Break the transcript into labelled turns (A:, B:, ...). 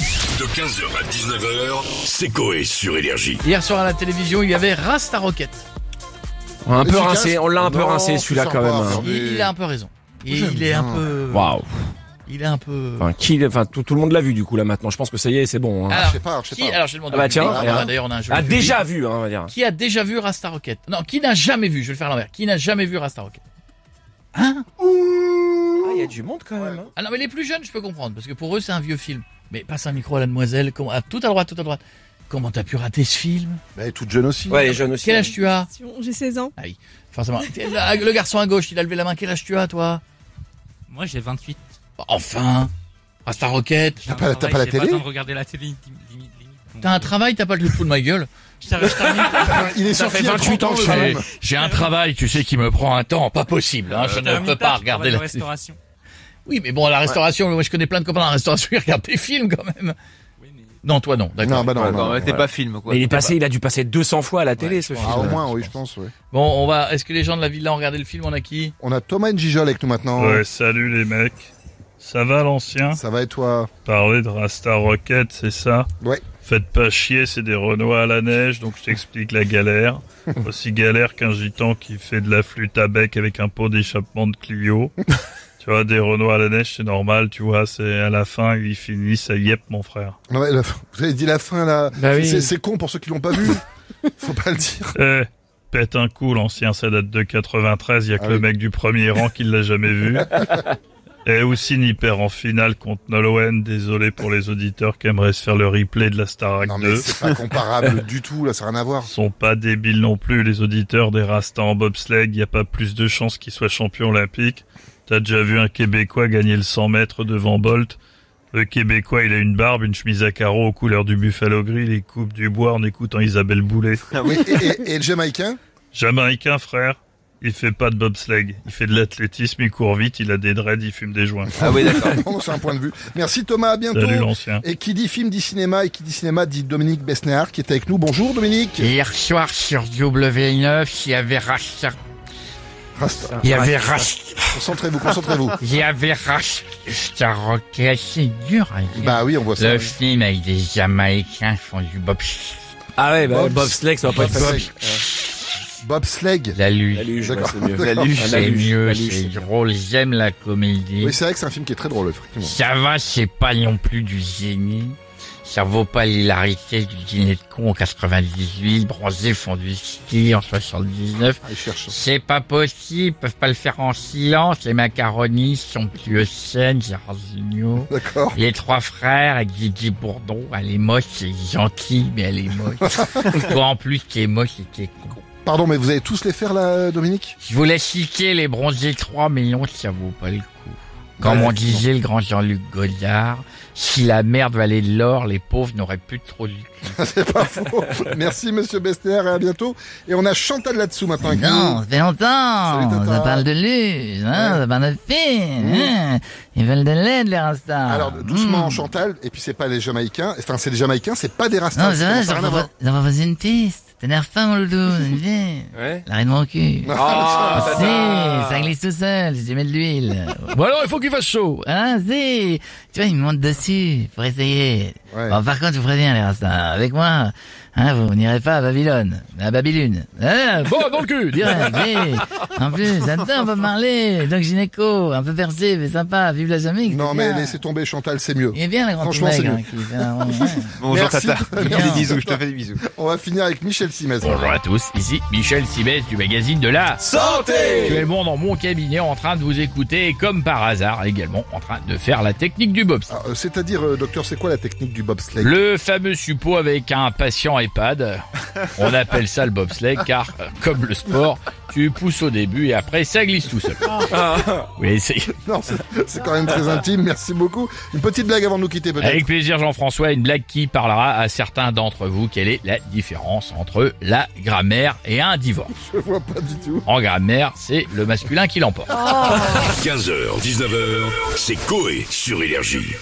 A: De 15h à 19h, c'est Coé sur Énergie.
B: Hier soir à la télévision, il y avait Rasta Rocket.
C: On l'a un peu
D: Efficace.
C: rincé, on l'a un peu
D: Non,
C: rincé celui-là
D: c'est
C: quand même.
D: sympa, hein.
B: Il, il a un peu raison. Il,
D: J'aime
B: il est un
D: bien.
B: peu.
C: Oh, Waouh.
B: Il est un peu.
C: Enfin, qui, enfin, tout, tout le monde l'a vu du coup là maintenant. Je pense que ça y est, c'est bon. hein.
B: Ah,
D: Ah, je sais pas, je sais
B: Qui
D: pas.
B: Alors je demande.
C: Ah bah
B: au public.
C: tiens,
B: Voilà,
C: hein.
B: D'ailleurs, on a un jeu.
C: A
B: du public.
C: déjà vu, hein, on va dire.
B: Qui a déjà vu Rasta Rocket Non, qui n'a jamais vu. Je vais le faire à l'envers. Qui n'a jamais vu Rasta Rocket Hein
C: Ah, il y a du monde quand même. hein.
B: Ah non, mais les plus jeunes, je peux comprendre parce que pour eux, c'est un vieux film. Mais passe un micro à la demoiselle. Comment... ah, tout à droite, tout à droite. Comment t'as pu rater ce film
D: Bah, elle est toute jeune aussi.
C: Ouais, les jeunes aussi. hein,
B: Quel âge tu as
E: J'ai 16 ans.
B: Forcément. Le le garçon à gauche, il a levé la main. Quel âge tu as, toi
F: Moi j'ai 28.
B: Enfin. Rasta Rocket.
D: Ah, T'as pas la- t'as pas la
F: J'ai
D: télé
F: le temps de regarder la télé limite, limite, limite. Donc,
B: T'as un travail, t'as pas le fou de ma gueule.
F: je termine- je termine.
D: Ah, Il est
B: Ça
D: sorti
B: fait
D: il y a
B: 28 ans que je
D: quand
B: fais.
D: même.
B: J'ai un travail, tu sais, qui me prend un temps pas possible.
G: Euh,
B: Hein, je
F: Je termine tard,
B: ne peux
F: je
B: pas
F: travaille
B: regarder
F: en
B: la.
F: restauration.
B: Oui, mais bon, à la restauration, moi je connais plein de copains à la restauration qui regardent des films quand même.
F: Oui, mais-
B: Non, toi non, d'accord.
D: Non, bah non,
H: D'accord,
D: non.
H: ouais, t'es pas film, quoi.
C: Mais il est passé, il a dû passer 200 fois à la télé
B: Ouais,
C: ce
B: je
C: film.
D: Ah, au moins, oui, je pense, ouais.
B: Bon, on va. Est-ce que les gens de la villa ont regardé le film On a qui
D: On a Thomas Njijol avec nous maintenant.
I: Ouais, salut les mecs. Ça va l'ancien
D: Ça va et toi
I: Parler de Rasta Rocket, c'est ça
D: Ouais.
I: Faites pas chier, c'est des Renois à la neige, donc je t'explique la galère. Aussi galère qu'un gitan qui fait de la flûte à bec avec un pot d'échappement de Clio. tu vois, des Renois à la neige, c'est normal, tu vois, c'est à la fin, ils finissent à yep, mon frère.
D: Non, mais la- Vous avez dit la fin là.
C: Bah oui.
D: C'est- C'est con pour ceux qui l'ont pas vu. Faut pas le dire.
I: Eh, pète un coup, l'ancien, ça date de 93, y a que
D: Ah
I: le
D: oui.
I: mec du premier rang qui l'a jamais vu. Eh, Et aussi n'y perd en finale contre Nolwenn, désolé pour les auditeurs qui aimeraient se faire le replay de la Starac
D: Non, mais
I: 2.
D: c'est pas comparable du tout, là, ça n'a rien à voir.
I: Sont pas débiles non plus les auditeurs des Rastas en bobsleigh, y a pas plus de chances qu'ils soient champions olympiques. T'as déjà vu un Québécois gagner le 100 mètres devant Bolt Le Québécois, il a une barbe, une chemise à carreaux aux couleurs du Buffalo Grill, il coupe du bois en écoutant Isabelle Boulet.
D: Oui, et, et- et le Jamaïcain
I: Jamaïcain, frère. Il fait pas de bobsleigh. Il fait de l'athlétisme, il court vite, il a des dreads, il fume des joints.
H: Ah oui, d'accord.
D: Bon, c'est un point de vue. Merci Thomas, à bientôt.
I: Salut l'ancien.
D: Et qui dit film dit cinéma, et qui dit cinéma dit Dominique Besnéard qui est avec nous. Bonjour Dominique.
G: Hier soir sur W9, il y avait Rasta.
D: Rasta.
G: Il y avait Rasta.
D: Concentrez-vous, concentrez-vous.
G: Il y avait Rasta Rocket. C'est dur à dire.
D: Bah oui, on voit ça.
G: Le film avec des Jamaïcains qui font du bobsleigh.
C: Ah ouais, bah,
D: Bobs.
C: Bob Sleck, ça va pas être facile.
D: Bobsleigh.
G: La lutte.
C: La luge, ouais,
D: D'accord.
C: c'est mieux.
H: La luge.
C: La
G: C'est
C: luge, la
G: mieux,
C: luge,
G: c'est
C: c'est
G: drôle. J'aime la comédie.
D: Oui, c'est vrai que c'est un film qui est très drôle, effectivement.
G: Ça va, c'est pas non plus du génie. Ça vaut pas l'hilarité du dîner de con en 98, bronzé font du ski en 79.
D: Ah, il cherche.
G: C'est pas possible, ils peuvent pas le faire en silence. Les macaronis, Somptueusen, Gérard Jugnot.
D: D'accord.
G: Les trois frères avec Gigi Bourdon. Elle est moche, c'est gentil, mais elle est moche. Toi, en plus, t'es moche et t'es con.
D: Pardon, mais vous allez tous les faire là, Dominique
G: Je voulais citer les bronzés 3, mais non, ça vaut pas le coup. Comme
D: Ouais,
G: on disait le grand Jean-Luc Godard, si la merde valait de l'or, les pauvres n'auraient plus trop du cul.
D: C'est pas faux. Merci, monsieur Besnéard, et à bientôt. Et on a Chantal là-dessous maintenant. avec nous.
G: Non, ça fait
D: Salut,
G: longtemps.
D: Tata.
G: Ça parle de luz, hein,
D: Ouais.
G: ça parle de filles, hein. Ils veulent de l'aide, les rastas.
D: Alors doucement
G: Hmm.
D: Chantal, et puis c'est pas les Jamaïcains, enfin c'est les Jamaïcains, c'est pas des
G: Non,
D: Rastas.
G: c'est vrai,
D: ça
G: j'en
D: n'a rien à voir.
G: propose, j'en propose une piste. T'énerve pas, mon loulou, une vie.
C: Ouais.
G: L'arrêt de mon cul.
C: Ah,
G: Si, ça glisse tout seul, si tu mets de l'huile. bon alors, il faut qu'il fasse chaud. Ah, si. Tu vois, il me monte dessus, pour essayer.
D: Ouais.
G: Bon, par contre, je vous préviens, les Rastas, avec moi, hein, vous n'irez pas à Babylone, à Babylone. Hein, bon, dans le cul. Direct, oui. En plus, j'adore Bob Marley, donc gynéco, un peu percé, mais sympa, vive la Jamaïque.
D: Non
G: c'est
D: mais
G: bien.
D: laissez tomber Chantal, c'est mieux.
G: Il est bien, la grande
D: Franchement, c'est
G: Toubègue,
D: mieux.
G: hein, qui fait un rond, ouais.
H: Bonjour,
D: Merci.
H: Tata. Je te fais des bisous, je te fais des bisous.
D: On va finir avec Michel Simès.
B: Bonjour à tous, ici Michel Sibès du magazine de la
H: Santé
B: actuellement dans mon cabinet en train de vous écouter et comme par hasard également en train de faire la technique du bobsleigh.
D: Ah, euh, C'est-à-dire, euh, docteur, c'est quoi la technique du bobsleigh
B: Le fameux suppôt avec un patient EHPAD, on appelle ça le bobsleigh car euh, comme le sport, tu pousses au début et après ça glisse tout seul.
C: Ah.
B: Oui, c'est
D: Non, c'est- c'est quand même très intime. Merci beaucoup. Une petite blague avant de nous quitter peut-être.
B: avec plaisir Jean-François, une blague qui parlera à certains d'entre vous quelle est la différence entre la grammaire et un divorce.
D: Je vois pas du tout.
B: En grammaire, c'est le masculin qui l'emporte.
A: 15h, 19h, c'est Coé sur Énergie.